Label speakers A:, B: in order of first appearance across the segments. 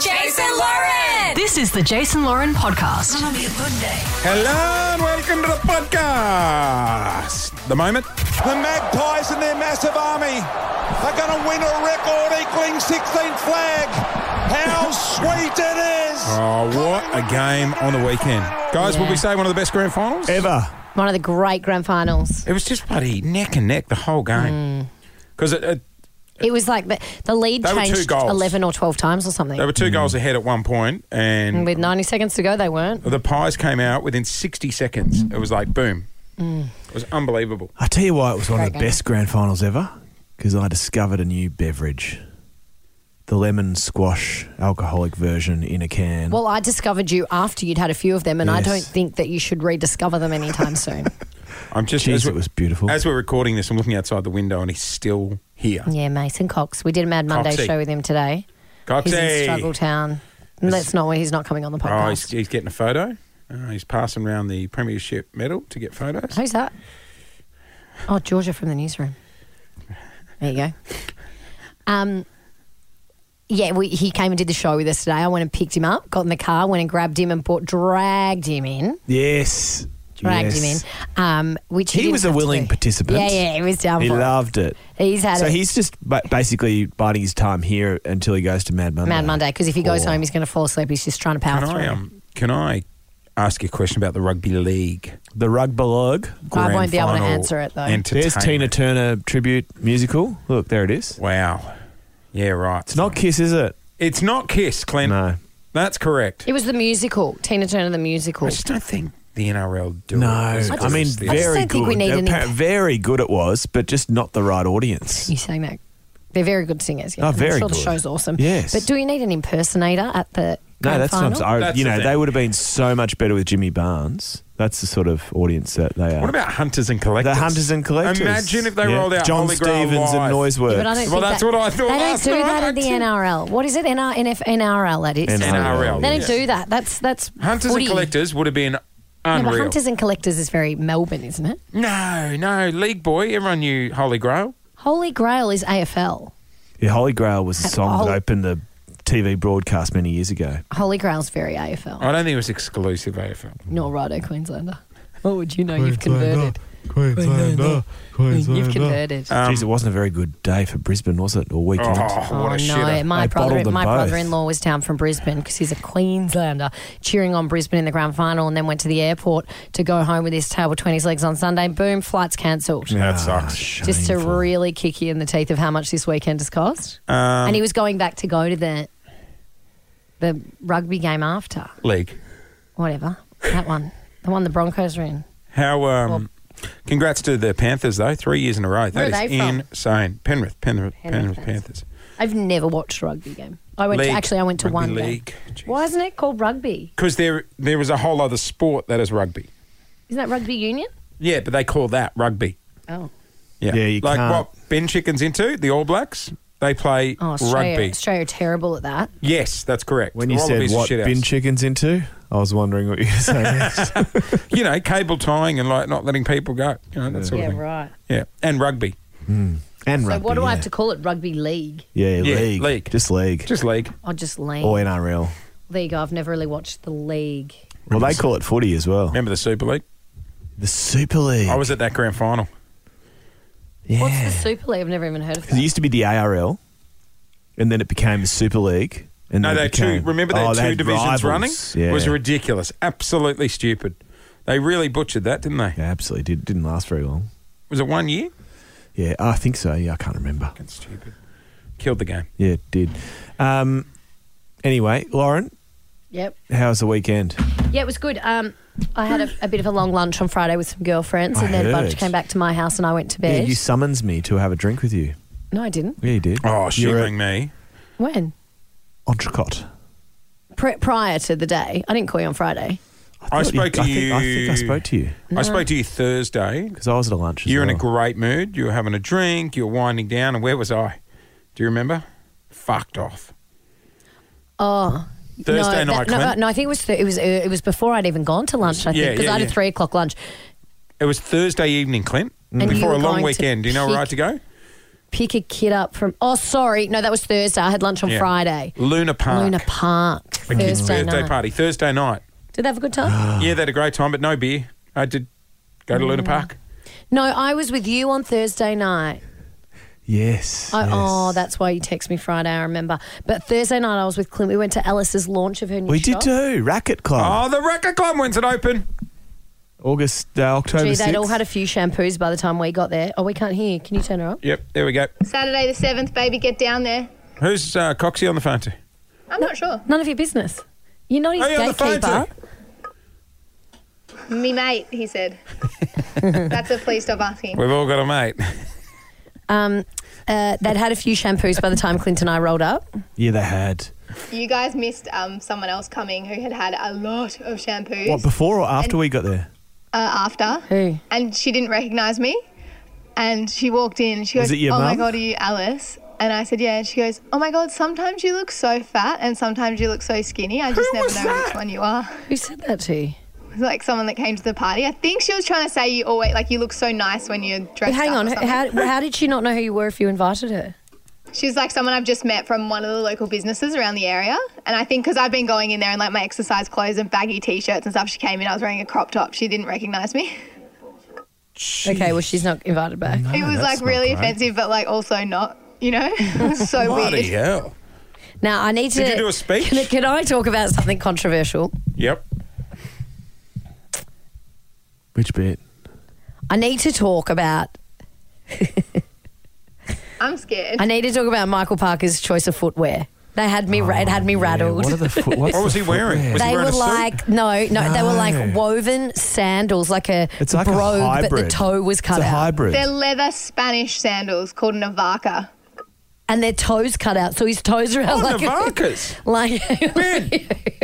A: Jason Lauren.
B: This is the Jason Lauren podcast.
C: Hello and welcome to the podcast. The moment.
D: The Magpies and their massive army are going to win a record equaling 16th flag. How sweet it is!
C: Oh, what a game on the weekend. Guys, would we say one of the best grand finals?
E: Ever.
F: One of the great grand finals.
C: It was just bloody neck and neck the whole
E: Mm.
C: game. Because it, it,
F: It was like the, the lead
C: They were two
F: changed
C: goals.
F: 11 or 12 times or something.
C: they were two goals ahead at one point and
E: Mm.
F: With 90 seconds to go, they weren't.
C: the Pies came out within 60 seconds. It was like boom.
E: Mm.
C: It was unbelievable.
E: I tell you why it was one of the
F: Great game.
E: best grand finals ever because I discovered a new beverage, the lemon squash alcoholic version in a can.
F: Well, I discovered you after you'd had a few of them, and I
E: Yes.
F: don't think that you should rediscover them anytime soon.
C: I'm just
E: Jeez,
C: as we-
E: it was beautiful.
C: As we're recording this, I'm looking outside the window and he's still here.
F: yeah, Mason Cox. We did a Mad Monday
C: Coxie.
F: show with him today. He's in Struggle
C: Coxie.
F: Town. And That's not where he's not coming on the
C: Oh, he's,
F: podcast.
C: he's getting a photo. Uh, he's passing around the premiership medal to get photos.
F: Who's that? Oh, Georgia from the newsroom. There you go. Um, yeah, we, he came and did the show with us today. I went and picked him up, got in the car, went and grabbed him and brought, dragged him in.
E: yes.
F: dragged
E: Yes.
F: him in. Um, which he,
E: He
F: didn't
E: was a
F: have to
E: willing
F: do.
E: participant.
F: Yeah, yeah, he was down
E: He
F: for
E: loved it.
F: it. He's had
E: So
F: a
E: he's just ba- basically biding his time here until he goes to Mad Monday.
F: mad Monday because if he goes
E: Or-
F: home, he's going to fall asleep. He's just trying to power
C: Can I,
F: through.
C: um, can I ask you a question about the rugby league?
E: The Rugby Lug.
F: I won't
C: grand
F: be able to
C: final
F: answer it, though.
E: There's
C: entertainment?
E: Tina Turner tribute musical. Look, there it is.
C: Wow. Yeah, right.
E: It's not Kiss, is it?
C: It's not Kiss, Clint.
E: No.
C: That's correct.
F: It was the musical, Tina Turner, the musical.
C: I just don't think the NRL do
E: No,
C: it. It's
E: I mean
C: just this-
F: I just
E: very
F: don't
E: good.
F: think we need an
E: Appa-
F: imp-
E: very good it was, but just not the right audience.
F: You saying that? They're very good singers. Yeah.
E: Oh,
F: I'm
E: very
F: sure the
E: good.
F: show's awesome.
E: Yes.
F: But do you need an impersonator at the
E: No,
F: grand
E: that's
F: final?
E: not. I,
C: That's
E: you
C: the
E: know,
C: thing.
E: they would have been so much better with Jimmy Barnes. That's the sort of audience that they are.
C: What about hunters and collectors?
E: the hunters and collectors?
C: Imagine if they
E: Yeah.
C: rolled out
E: John
C: Holy Grail
E: Stevens
C: Live.
E: and Noiseworks.
F: Yeah, but I don't
C: Well,
F: think
C: that's
F: that-
C: what I thought
F: They
C: last
F: don't do that
C: night.
F: at the NRL. What is it? NR, NF, NRL, that is.
C: NRL,
F: They don't
C: yes.
F: do that. That's that's
C: Hunters
F: footy.
C: and collectors would have been
F: Yeah,
C: unreal.
F: but hunters and collectors is very Melbourne, isn't it?
C: no, no, League Boy. Everyone knew Holy Grail.
F: Holy Grail is AFL.
E: Yeah, Holy Grail was a song
F: Hol-
E: that opened the TV broadcast many years ago.
F: Holy Grail's very AFL.
C: I don't think it was exclusive AFL.
F: Nor Righto, Queenslander. What would you know? You've converted.
G: Queenslander,
F: You've converted.
C: Um,
E: Jeez, it wasn't a very good day for Brisbane, was it? Or weekend?
C: Oh, what
F: oh
C: a
F: no!
C: shitter.
F: My
E: They
F: brother,
E: bottled them
F: my
E: both.
F: brother-in-law was down from Brisbane because he's a Queenslander, cheering on Brisbane in the grand final, and then went to the airport to go home with his table twenties legs on Sunday. Boom, flights cancelled.
C: That
E: Ah,
C: sucks.
E: shameful.
F: Just to really kick you in the teeth of how much this weekend has cost.
C: Um,
E: Um,
F: and he was going back to go to the the rugby game after.
C: League.
F: Whatever. That one. The one the Broncos are in.
C: How? Um, congrats to the Panthers though. Three years in a row. That
F: Where are
C: is
F: they from?
C: insane. Penrith, Penrith, Penrith,
F: Penrith
C: Panthers.
F: I've never watched a rugby game. I went to,
C: League.
F: actually I went to
C: Rugby
F: one
C: league.
F: game. Why isn't it called rugby?
C: Because there there is a whole other sport that is rugby.
F: Isn't that rugby union?
C: Yeah, but they call that rugby.
F: Oh.
C: Yeah,
E: Yeah, you
C: like
E: can't-
C: what Ben Chicken's into the All Blacks. They play
F: Oh, Australia,
C: rugby.
F: Australia are terrible at that.
C: Yes, that's correct.
E: When you
C: They're all a
E: said
C: piece of
E: what
C: shit house.
E: bin chickens into, I was wondering what you were saying. next.
C: you know, cable tying and like not letting people go. You know that sort of thing.
F: right.
C: Yeah, and rugby,
E: and
F: So
E: rugby,
F: what do
E: yeah.
F: I have to call it? Rugby league?
E: Yeah,
C: Yeah,
E: league.
C: league.
E: Just league.
C: just league.
F: Or just league?
E: or NRL.
F: There you go. I've never really watched the league.
E: Well, they call it footy as well.
C: Remember the Super League?
E: The Super League.
C: I was at that grand final.
E: yeah.
F: What's the Super League? I've never even heard of
E: 'Cause it
F: that.
E: used to be the ARL, and then it became the Super League. And
C: No,
E: then
C: they
E: it
C: had two.
E: became-
C: Remember, they
E: Oh,
C: had two
E: had
C: divisions
E: rivals.
C: running.
E: Yeah.
C: It was ridiculous, absolutely stupid. They really butchered that, didn't they?
E: yeah, absolutely. Did, didn't last very long.
C: Was it one year?
E: Yeah, I think so. Yeah, I can't remember.
C: Fucking stupid. Killed the game.
E: Yeah, it did. Um, anyway, Lauren,
F: Yep.
E: how was the weekend?
F: Yeah, it was good. Um, I had a, a bit of a long lunch on Friday with some girlfriends,
E: I
F: and then a bunch
E: heard.
F: came back to my house, and I went to
E: Yeah,
F: bed.
E: you summons me to have a drink with you.
F: no, I didn't.
E: Yeah, you did.
C: Oh,
E: You were at-
C: shivering me.
F: When?
E: Odgecott.
F: Pri prior to the day. I didn't call you on Friday.
E: thought
C: spoke to
E: I think- I think I
C: you-
E: spoke to you
C: I spoke to you Thursday.
E: because I was at a lunch. as
C: You're in a
E: well.
C: great mood. You were having a drink. You were winding down. And where was I? Do you remember? Fucked off.
F: Oh.
C: Thursday
F: no,
C: night,
F: that- no,
C: Clint.
F: no, I think it was th- it was uh, it was before I'd even gone to lunch. I think
C: Yeah,
F: because
C: yeah,
F: I had
C: yeah.
F: a three o'clock lunch.
C: It was Thursday evening, Clint.
F: And you
C: Before
F: were
C: a long
F: going to
C: weekend. Do you know where I had to go?
F: pick- Pick a kid up from. Oh, sorry, no, that was Thursday. I had lunch on
C: Yeah.
F: Friday.
C: Luna Park.
F: Luna Park.
C: A kid's
F: Thursday
C: birthday
F: night.
C: party. Thursday Uh-huh. night.
F: Did they have a good time?
C: yeah, they had a great time, but no beer. I did go to
F: Mm.
C: Luna Park.
F: no, I was with you on Thursday night.
E: Yes.
F: I,
E: yes.
F: Oh, that's why you text me Friday. I remember. But Thursday night, I was with Clint. We went to Alice's launch of her new
E: We did
F: shop.
E: too. Racket Club.
C: Oh, the record club when's it open? Oh.
E: August, uh, October
F: Gee,
E: 6th.
F: they'd all had a few shampoos by the time we got there. Oh, we can't hear. you. Can you turn her up?
C: Yep, there we go.
A: Saturday the 7th, baby, get down there.
C: Who's uh, Coxie on the phone to?
A: I'm not sure.
F: None of your business. You're not his
C: Hey, on the phone
F: gatekeeper.
C: to-
A: Me mate, he said. That's a please stop asking.
C: We've all got a mate.
F: Um, uh, they'd had a few shampoos by the time Clint and I rolled up.
E: Yeah, they had.
A: You guys missed um, someone else coming who had had a lot of shampoos
E: What, before or after
A: And-
E: we got there?
A: uh, after.
F: Who?
A: And she didn't recognize me. And she walked in and she
E: Was
A: goes,
E: it your
A: Oh my
E: mum?
A: God, are you Alice? And I said, Yeah. And she goes, Oh my God, sometimes you look so fat and sometimes you look so skinny. I just never know which one you are.
F: Who said that to you?
A: It's like someone that came to the party. I think she was trying to say you always, like, you look so nice when you're dressed
F: Hang
A: up or
F: on.
A: something.
F: How, how did she not know who you were if you invited her?
A: She's like someone I've just met from one of the local businesses around the area. And I think because I've been going in there in like my exercise clothes and baggy t shirts and stuff, she came in, I was wearing a crop top. She didn't recognize me.
F: Okay, well, she's not invited back.
A: it was
E: Oh, that's
A: like
E: not
A: really
E: great.
A: offensive, but like also not, you know? It was so
C: Bloody
A: weird.
C: hell.
F: Now, I need to.
C: Did you do a speech?
F: Can, can I talk about something controversial?
C: Yep.
E: Which bit?
F: I need to talk about.
A: I'm scared.
F: I need to talk about Michael Parker's choice of footwear. They had me. ra- it had me
E: Yeah,
F: rattled.
E: what, are the foot, what's
C: Oh, What was
E: the
C: he wearing?
E: footwear?
C: Was he
F: they
C: wearing
F: were
C: a suit?
F: like no, no, they were like
E: No.
F: woven sandals, like a
E: It's like
F: brogue,
E: a hybrid.
F: but the toe was cut
E: It's a
F: out,
E: hybrid.
A: They're leather Spanish sandals called an Avaca.
F: and their toes cut out, so his toes are out
C: Oh,
F: like
C: Navacas.
F: like.
C: Ben,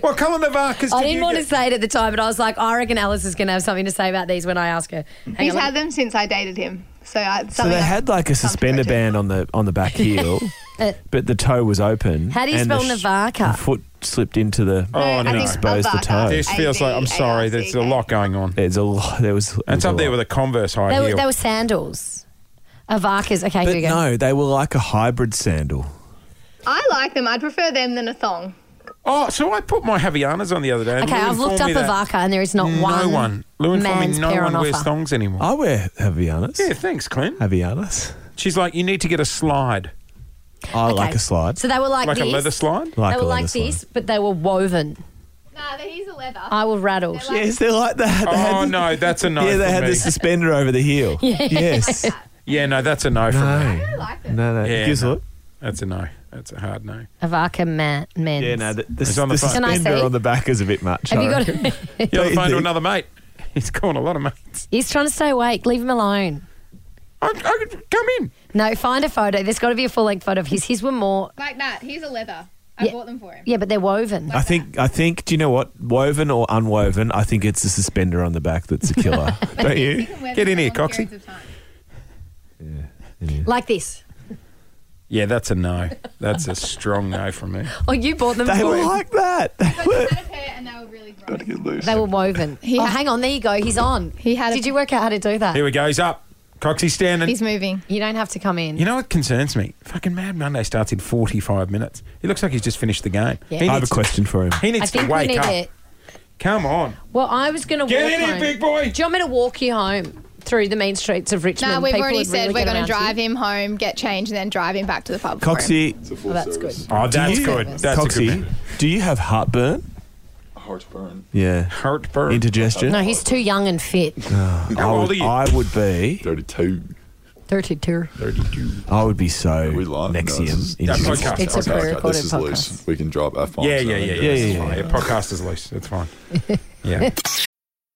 C: what colour Navacas
F: I
C: did
F: didn't
C: you
F: want
C: get?
F: to say it at the time, but I was like, I reckon Alice is going to have something to say about these when I ask her. Hang
A: He's
F: on,
A: had them since I dated him. So, I,
E: So they had like a suspender band on the on the back heel, but the toe was open.
F: How do you
E: and the
F: spell
E: sh-
F: Navaca?
E: The foot slipped into the.
C: Oh, no.
A: I think
E: Exposed the
A: Avaca,
E: toe.
C: This feels like, I'm sorry, there's a
A: A-V-A-C-A.
C: lot going on.
E: There's a lot. There was.
C: That's up there with a Converse high
F: they, were,
C: heel.
F: they were sandals, Avacas. Okay,
E: But
F: here we go.
E: no, they were like a hybrid sandal.
A: I like them. I'd prefer them than a thong.
C: oh, so I put my Havianas on the other day. and
F: Okay,
C: Lou
F: I've looked up
C: informed me that
F: Avaca and there is not
C: No
F: one.
C: one. Lou informed
F: man's
C: me no
F: pair
C: one
F: on
C: wears
F: offer.
C: thongs anymore.
E: I wear Havianas.
C: Yeah, thanks, Clint.
E: Havianas.
C: She's like, you need to get a slide,
E: I
F: Okay.
E: like a slide.
F: So they were like,
C: like
F: this.
C: a leather slide.
E: like
F: they were
E: a leather
F: like
E: slide.
F: this, but they were woven.
A: Nah, he's a leather.
F: I was rattled.
E: Yes, they're like that. They
C: Oh
E: had,
C: no, that's a no.
E: yeah, they
C: for
E: had
C: me.
E: the suspender over the heel. Yes.
C: Yeah, no, that's a no, for me.
E: no.
A: like them.
E: No, no.
C: Yeah,
E: Gives a
C: no.
E: look.
C: That's a no. That's a hard no.
F: Avaca man, men.
E: Yeah, no. The, the,
C: It's on the
E: the
C: front.
F: Can I
E: suspender
F: see?
E: on the back is a bit much.
F: Have
E: I
F: you
E: reckon.
F: got?
C: You're on the
E: They-
C: phone to
E: they-
C: another mate. He's calling a lot of mates.
F: He's trying to stay awake. Leave him alone.
C: I, I, come in.
F: No, find a photo. There's got to be a full length photo of his. His were more.
A: Like that. He's a leather. I
F: Yeah.
A: bought them for him.
F: Yeah, but they're woven.
C: Uh,
E: I think I think do you know what woven or unwoven? I think it's the suspender on the back that's the killer, don't you?
C: Get in here, Coxie.
F: Like this.
C: Yeah, that's a no. That's a strong no from me.
F: Oh, you bought them.
E: They
F: for
E: were
F: him.
E: like that. They were.
F: They were woven. oh, hang on. There you go. He's on.
A: He had a-
F: Did you work out how to do that?
C: Here we go. He's up. Coxie's standing.
A: He's moving.
F: You don't have to come in.
C: you know what concerns me? Fucking Mad Monday starts in 45 minutes. He looks like he's just finished the game.
F: Yeah.
C: He
E: I have a
C: needs-
E: question for him.
C: He
F: I
C: needs
F: think
C: to
F: we
C: wake
F: need
C: up.
F: it.
C: Come on.
F: Well, I was going to
C: Get
F: walk
C: in here,
F: home.
C: big boy.
F: Do you want me to walk you home through the main streets of Richmond?
A: No, we've
F: People
A: already
F: would
A: said
F: really
A: we're
F: get
A: going
F: around
A: to drive him home, get changed, and then drive him back to the pub. for him.
E: Coxie,
F: Oh, that's good.
C: Oh, that's
E: you-
C: good. That's a good
E: Coxie,
C: man.
E: do you have heartburn?
G: Heartburn.
E: Yeah.
C: Heartburn.
E: Indigestion.
F: No, he's too young and fit.
C: How
E: I
C: old
E: would,
C: are you?
E: I would be.
G: 32.
F: 32.
G: 32.
E: I would be so
G: Are we live? No, this
E: Nexium.
G: is-
C: Yeah,
E: indigestion.
C: podcast.
F: It's a
G: Okay, okay,
F: pre-recorded
G: this is
F: podcast.
G: loose. We can drop F bombs.
C: yeah, yeah, yeah, yeah.
E: Yeah,
C: It's
E: yeah,
C: fine.
E: yeah.
C: Podcast is loose. It's fine. Yeah.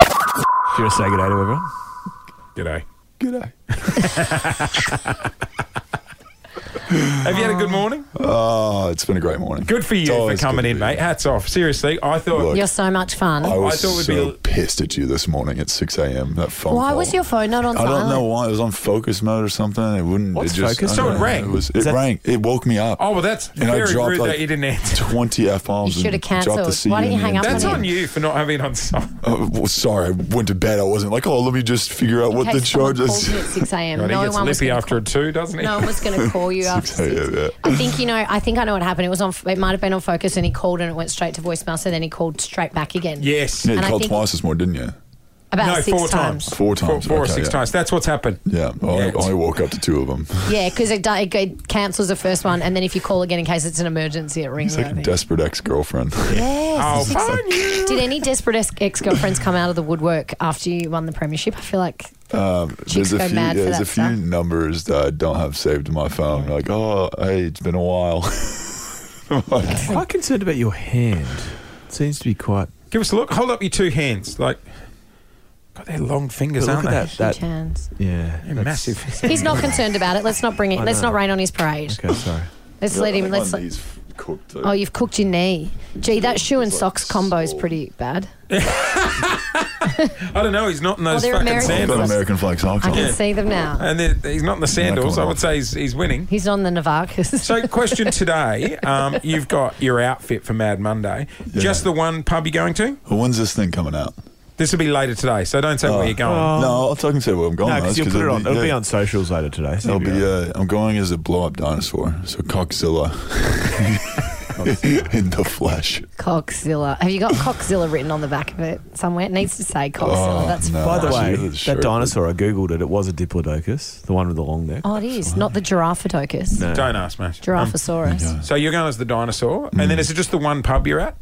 E: Should I say good day
C: G'day.
E: to everyone?
G: G'day.
C: Have you had a good morning?
G: Oh, it's been a great morning.
C: Good for
G: It's
C: you for
G: always
C: coming
G: good to
C: in,
G: be
C: mate.
G: here.
C: Hats off. Seriously, I thought.
G: Look,
F: You're so much fun.
G: I was
C: thought it would be
G: so
C: a-
G: pissed at you this morning at 6 a.m. That phone
F: Why
G: call.
F: was your phone not on
G: I
F: silent?
G: don't know why. It was on focus mode or something. It wouldn't.
E: What's
G: it just,
E: focus?
G: I don't
C: So it
G: know.
C: rang.
G: It,
E: Is
G: was, it
E: that-
G: rang. It woke me up.
C: Oh well, that's
G: and I
C: very
G: dropped
C: rude
G: like
C: that you didn't answer.
G: 20 F bombs.
F: You should have cancelled. Why don't you hang up
C: That's
F: on
C: on you for not having it on site.
G: Uh, well, sorry, I went to bed. I wasn't like, oh, let me just figure out what
F: Okay,
G: the
F: someone
G: charge
F: called
G: is.
F: me at 6 a.m.
C: Right,
F: no
C: he gets
F: one was
C: lippy
F: gonna
C: after a two, doesn't he?
F: No one was going to call you after
G: Yeah,
F: six.
G: yeah.
F: I think you know. I think I know what happened. It was on. It might have been on Focus, and he called, and it went straight to voicemail. So then he called straight back again.
C: Yes.
G: Yeah, you
F: And I
G: called
F: think-
G: twice this morning, didn't you?
F: about
C: No,
F: six
C: four times.
F: times.
G: Four
C: Four,
G: times.
C: four or
G: Okay,
C: six
G: yeah.
C: times. That's what's happened.
G: Yeah, I
C: Yeah,
G: only,
C: it's-
G: only woke up to two of them.
F: Yeah, because it, di- it, it cancels the first one, and then if you call again in case it's an emergency, it rings.
G: It's like
F: I
G: a
F: think.
G: desperate ex girlfriend.
F: yes.
C: Oh,
F: Six-
C: fun you.
F: Did any desperate ex girlfriends come out of the woodwork after you won the premiership? I feel like
G: Um,
F: Chicks
G: there's a
F: go
G: few,
F: mad for
G: there's
F: that
G: a few
F: stuff.
G: numbers that I don't have saved to my phone. Like, oh, hey, it's been a while. I'm like,
E: Quite concerned about your hand. It seems to be quite.
C: Give us a look. Hold up your two hands. Like, got their long fingers,
E: But look
C: aren't
E: at
C: they?
E: that. That
F: chance.
E: yeah.
C: They're
E: that's-
C: massive.
F: He's not concerned about it. Let's not bring it.
E: I
F: Let's
E: know.
F: not rain on his parade.
E: Okay, sorry.
F: Let's
G: yeah,
F: let
G: I
F: him.
G: think my
F: Let's. Let,
G: knees f- cooked. uh,
F: oh, you've cooked your knee. Gee, that shoe and
G: It's like
F: socks combo is
G: so-
F: pretty bad.
C: I don't know. He's not in those
F: Oh, they're
C: fucking
F: American.
G: I've got
C: sandals.
G: American flag socks
F: I
G: on.
F: can see them now.
C: And they're- he's not in the sandals. I
G: coming
C: would
G: off.
C: say he's, he's winning.
F: He's on the Navarcus.
C: So, question today. Um, you've got your outfit for Mad Monday. Just the one pub you're going to?
G: Well, When's this thing coming out?
C: This will be later today, so don't say where you're going.
G: no, I'll talk and say where I'm going.
E: No,
G: though,
E: because Um, you'll put it
G: it'll
E: on. It'll be
G: yeah,
E: on socials later today. So
G: It'll
E: you'll
G: be.
E: right.
G: Uh, I'm going as a blow up dinosaur, so cockzilla in the flesh.
F: Coxzilla. Have you got Coxzilla written on the back of it somewhere? It needs to say Coxzilla.
G: Oh,
F: That's
G: no.
E: By the
G: Actually,
E: way,
G: it is
E: that
G: short,
E: dinosaur I googled it. It was a diplodocus, the one with the long neck.
F: oh, it is not the Giraffodocus.
E: No.
C: Don't ask, mate.
F: Giraffosaurus.
G: yeah.
C: So you're going as the dinosaur, and then
G: Mm.
C: is it just the one pub you're at?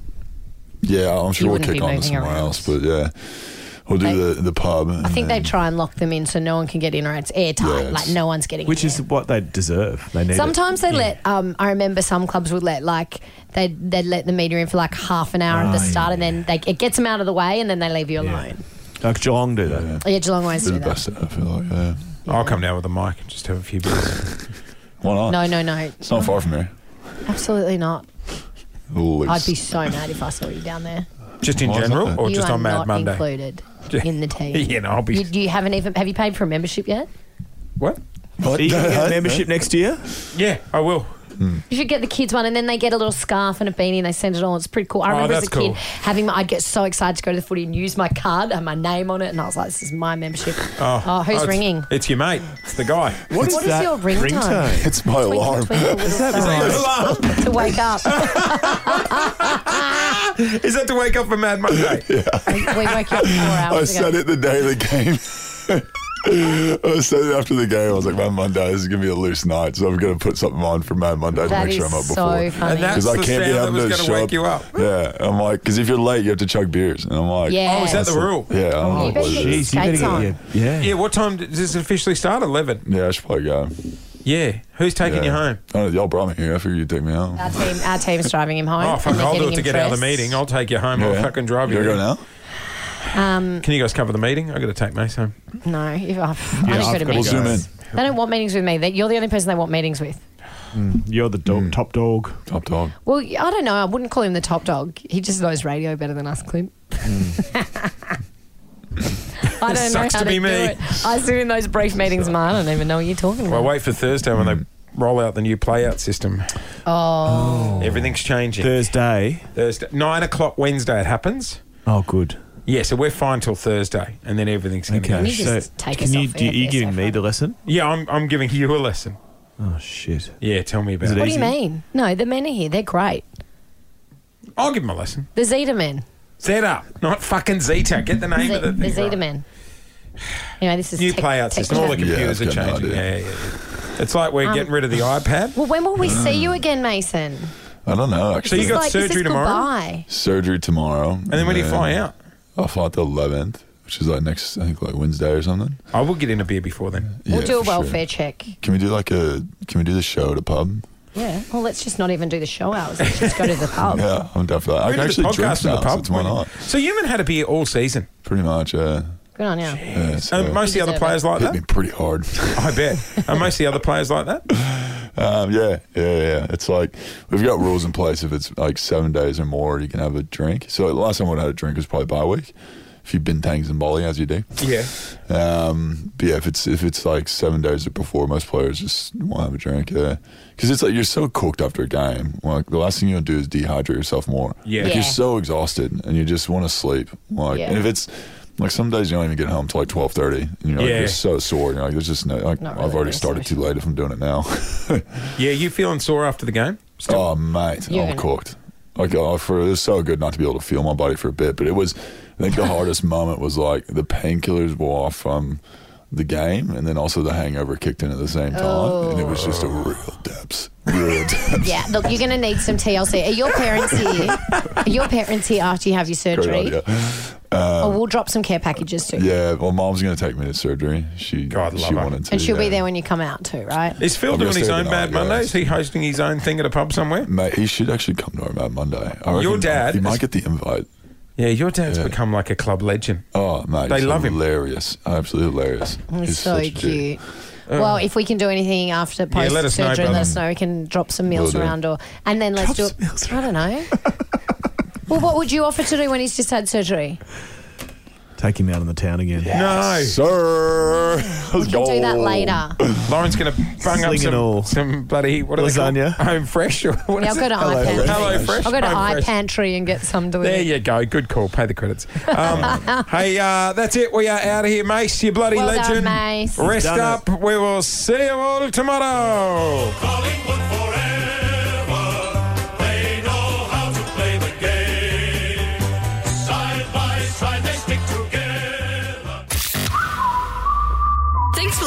G: Yeah, I'm sure we'll
F: wouldn't be
G: kick on to
F: moving
G: somewhere
F: around.
G: else, but yeah, we'll do
F: They-
G: the the pub.
F: I think they try and lock them in so no one can get in or it's airtight.
G: Yes.
F: Like no one's getting
E: Which
F: in.
E: is what they deserve. They need it.
F: Sometimes they let. Um, I remember some clubs would let like they'd they'd let the media in for like half an hour at the
E: Oh,
F: start, and then they, it gets them out of the way, and then they leave you
E: Yeah.
F: alone.
E: Like Geelong do that.
F: Yeah, Geelong always
G: They're
F: do
G: the
F: that.
G: best. I feel like yeah.
C: I'll come down with a mic and just have a few beers.
G: Why not?
F: No, no, no,
G: It's not far from here.
F: absolutely not.
G: Ooh,
F: I'd be
G: it's-
F: so mad if I saw you down there.
C: just in
G: Why is that
C: general,
G: then?
C: or
F: you
C: just
F: are
C: on Mad
F: not
C: Monday?
F: included in the team.
C: Yeah, no, I'll be-
F: You, you haven't even have you paid for a membership yet?
C: What?
G: What?
E: Are you going to get
G: Huh?
E: a membership next year?
C: Yeah, I will.
F: You should get the kids one, and then they get a little scarf and a beanie, and they send it on. It's pretty cool.
C: Oh,
F: I remember as a
C: that's
F: kid
C: cool.
F: having my. I'd get so excited to go to the footy and use my card and my name on it, and I was like, "This is my membership." Oh, who's
C: it's-
F: ringing?
C: It's your mate. It's the guy.
F: What is,
E: that
F: your ringtone?
E: ringtone?
G: It's my
C: Oh.
G: alarm.
F: Is that to wake up?
C: Is that to wake up for Mad Monday?
F: we, we woke you up four
G: I
F: hours
G: said
F: ago.
G: it the day of the game. I said it after the game. I was like, Man Monday, this is going to be a loose night, so I'm going to put something on for Man Monday to
F: That
G: make sure
F: is
G: I'm up
F: so
G: before.
F: funny.
C: that-
G: Because I
C: That's the
G: can't
C: sound
G: be
C: that
G: having
C: was
G: to
C: gonna
G: show
C: wake
G: up.
C: you up.
G: Yeah, I'm like, because if you're late, you have to chug beers, and I'm like,
F: Yeah.
C: Oh, is that the
F: That's
C: rule?
G: yeah, I don't know
F: You
G: what
F: better
G: it
F: get
G: is.
F: your
E: Oh, Jeez, you better
F: skates on.
E: get your. Yeah.
C: Yeah. What time does this officially start? Eleven.
G: Yeah, I should probably go.
C: Yeah. Who's taking
G: Yeah.
C: you home?
G: I don't know, y'all brought me here. I figured you'd take me home.
F: Our team, our team's driving him home.
C: Oh,
F: and
C: fuck!
F: they're
C: I'll do
F: getting
C: it to
F: him
C: get out of the
F: dressed.
C: meeting. Oh. I'll take you home. I'll fucking drive you.
G: You
C: there.
G: go now.
F: Um,
C: Can you guys cover the meeting? I got to take Mace home.
F: no, if I, I don't go
E: I've got
F: to
E: to
G: We'll
F: meetings.
G: zoom in.
F: They don't want meetings with me. They, you're the only person they want meetings with.
E: You're the dog, top dog.
G: Top dog.
F: Well, I don't know. I wouldn't call him the top dog. He just knows radio better than us, Clint. I don't
C: Hmm. Sucks
F: know how
C: to
F: to,
C: be
F: do
C: me.
F: it. I sit in those brief meetings, and I don't even know what you're talking
C: Well,
F: about.
C: wait for Thursday when they roll out the new playout system.
F: oh,
C: Everything's changing.
E: Thursday.
C: Thursday, nine o'clock Wednesday. It happens.
E: Oh, good.
C: Yeah, so we're fine till Thursday, and then everything's going to
E: Okay.
C: go.
F: you
E: so,
F: just take
E: can
F: us
E: you,
F: off
E: do you,
F: air
E: you
F: there,
E: giving
F: so
E: me
F: far?
E: the lesson?
C: Yeah, I'm, I'm giving you a lesson.
E: Oh, shit.
C: Yeah, tell me
E: Is
C: about
E: it
C: it.
F: what do
E: easy?
F: you mean? No, the men are here. They're great.
C: I'll give him a lesson.
F: The Zeta men.
C: Zeta, not fucking Zeta. Get the name
F: Z-
C: of the
F: the
C: thing.
F: Zeta
C: right.
F: men. Anyway, this is
C: New
F: tech-
C: playout system. All the
F: technical-
G: Yeah,
C: computers
G: I've
C: are
G: got no
C: changing. Yeah,
G: idea.
C: yeah, yeah. It's like we're
F: Um,
C: getting rid of the iPad.
F: Well, when will we see you again, Mason?
G: I don't know,
C: So
G: actually.
C: Mm. you got
F: like, this
C: surgery
F: is
C: tomorrow?
F: Goodbye.
G: Surgery tomorrow.
C: And then when do you fly out?
G: I'll fly out the 11th, which is like next, I think, like Wednesday or something.
C: I will get in a beer before then.
F: We'll
G: Yeah,
F: do a
G: for sure.
F: welfare check.
G: Can we do like a, can we do the show at a pub?
F: Yeah. Well, let's just not even do the show hours. Let's just go to the pub.
G: Yeah, I'm down for that. I
C: We
G: can
C: did the
G: actually drink now,
C: podcast in the pub.
G: so it's why not?
C: So you haven't had a beer all season.
G: Pretty much, uh,
F: Good on you.
G: yeah. so-
C: And most of the other
F: deserve
C: players like
G: hit
C: that.
G: me pretty hard.
C: I bet. And most of the other players like that.
G: um, yeah, yeah, yeah. It's like we've got rules in place. If it's like seven days or more, you can have a drink. So like, the last time I had a drink was probably bye week. If you've been tangs and bowling as you do,
C: Yeah.
G: um, but yeah. If it's if it's like seven days or before, most players just won't have a drink. Yeah, because it's like you're so cooked after a game. Like the last thing you want to do is dehydrate yourself more.
C: Yeah.
G: Like,
F: Yeah.
G: you're so exhausted and you just want to sleep. Like,
F: Yeah.
G: and if it's like some days you don't even get home till like twelve thirty, and you're like
C: Yeah.
G: you're so sore. And you're like, there's just no. Like,
F: Not
G: I've
F: really
G: already
F: a
G: started too
F: solution.
G: late if I'm doing it now.
C: Yeah, you feeling sore after the game? Still?
G: Oh mate,
F: You're
G: I'm
F: gonna-
G: cooked. Like oh, for it was so good not to be able to feel my body for a bit, but it was. I think the hardest moment was like the painkillers wore off from the game, and then also the hangover kicked in at the same time, and it was just
F: Oh.
G: a real depths, real depths.
F: Yeah. Look, you're going to need some TLC. Are your parents here? Are your parents here after you have your
G: Great
F: surgery?
G: idea.
F: Or we'll drop some care packages too.
G: Yeah, well, mom's gonna take me to surgery. She
C: God,
G: she
C: love her.
G: wanted to,
F: And she'll
G: yeah.
F: be there when you come out too, right?
C: Is Phil
G: I'm
C: doing
G: just
C: his own
G: thinking,
C: Bad
G: oh,
C: Monday?
G: guys.
C: Is he hosting his own thing at a pub somewhere?
G: Mate, he should actually come to our Mad Monday. I reckon
C: dad
G: he
C: is-
G: might get the invite.
C: Yeah, your dad's become like a club legend.
G: Oh, mate,
C: They
G: he's
C: love him.
G: hilarious. Absolutely hilarious.
F: He's, so
G: such a
F: cute.
G: dude.
F: Well, if we can do anything after post
C: let us know,
F: surgery, let
C: brother.
F: us know. We can drop some meals
G: Will do.
F: around, or and then let's do. it. I don't know. well, what would you offer to do when he's just had surgery?
E: Take him out in the town again.
G: Oh,
C: No,
G: Sir,
F: We can do that later.
C: Lauren's going to bang up
E: Sling it all.
C: some, some bloody what are
E: Lasagna.
C: they called? Home fresh or what
F: Yeah,
C: is
F: I'll go
C: it?
F: to
E: Hello,
F: iPantry.
C: Hello Fresh.
F: I'll go to
C: Home Fresh.
F: iPantry and get some delivered.
C: There you go. Good call. Pay the credits. Um, hey, uh, that's it. We are out of here, Mace. You bloody
F: Well
C: legend.
F: done, Mace.
C: Rest
E: Done it.
C: up. We will see you all tomorrow.
H: Collingwood forever. They know how to play the game. Side by side, they stick together.
B: Thanks for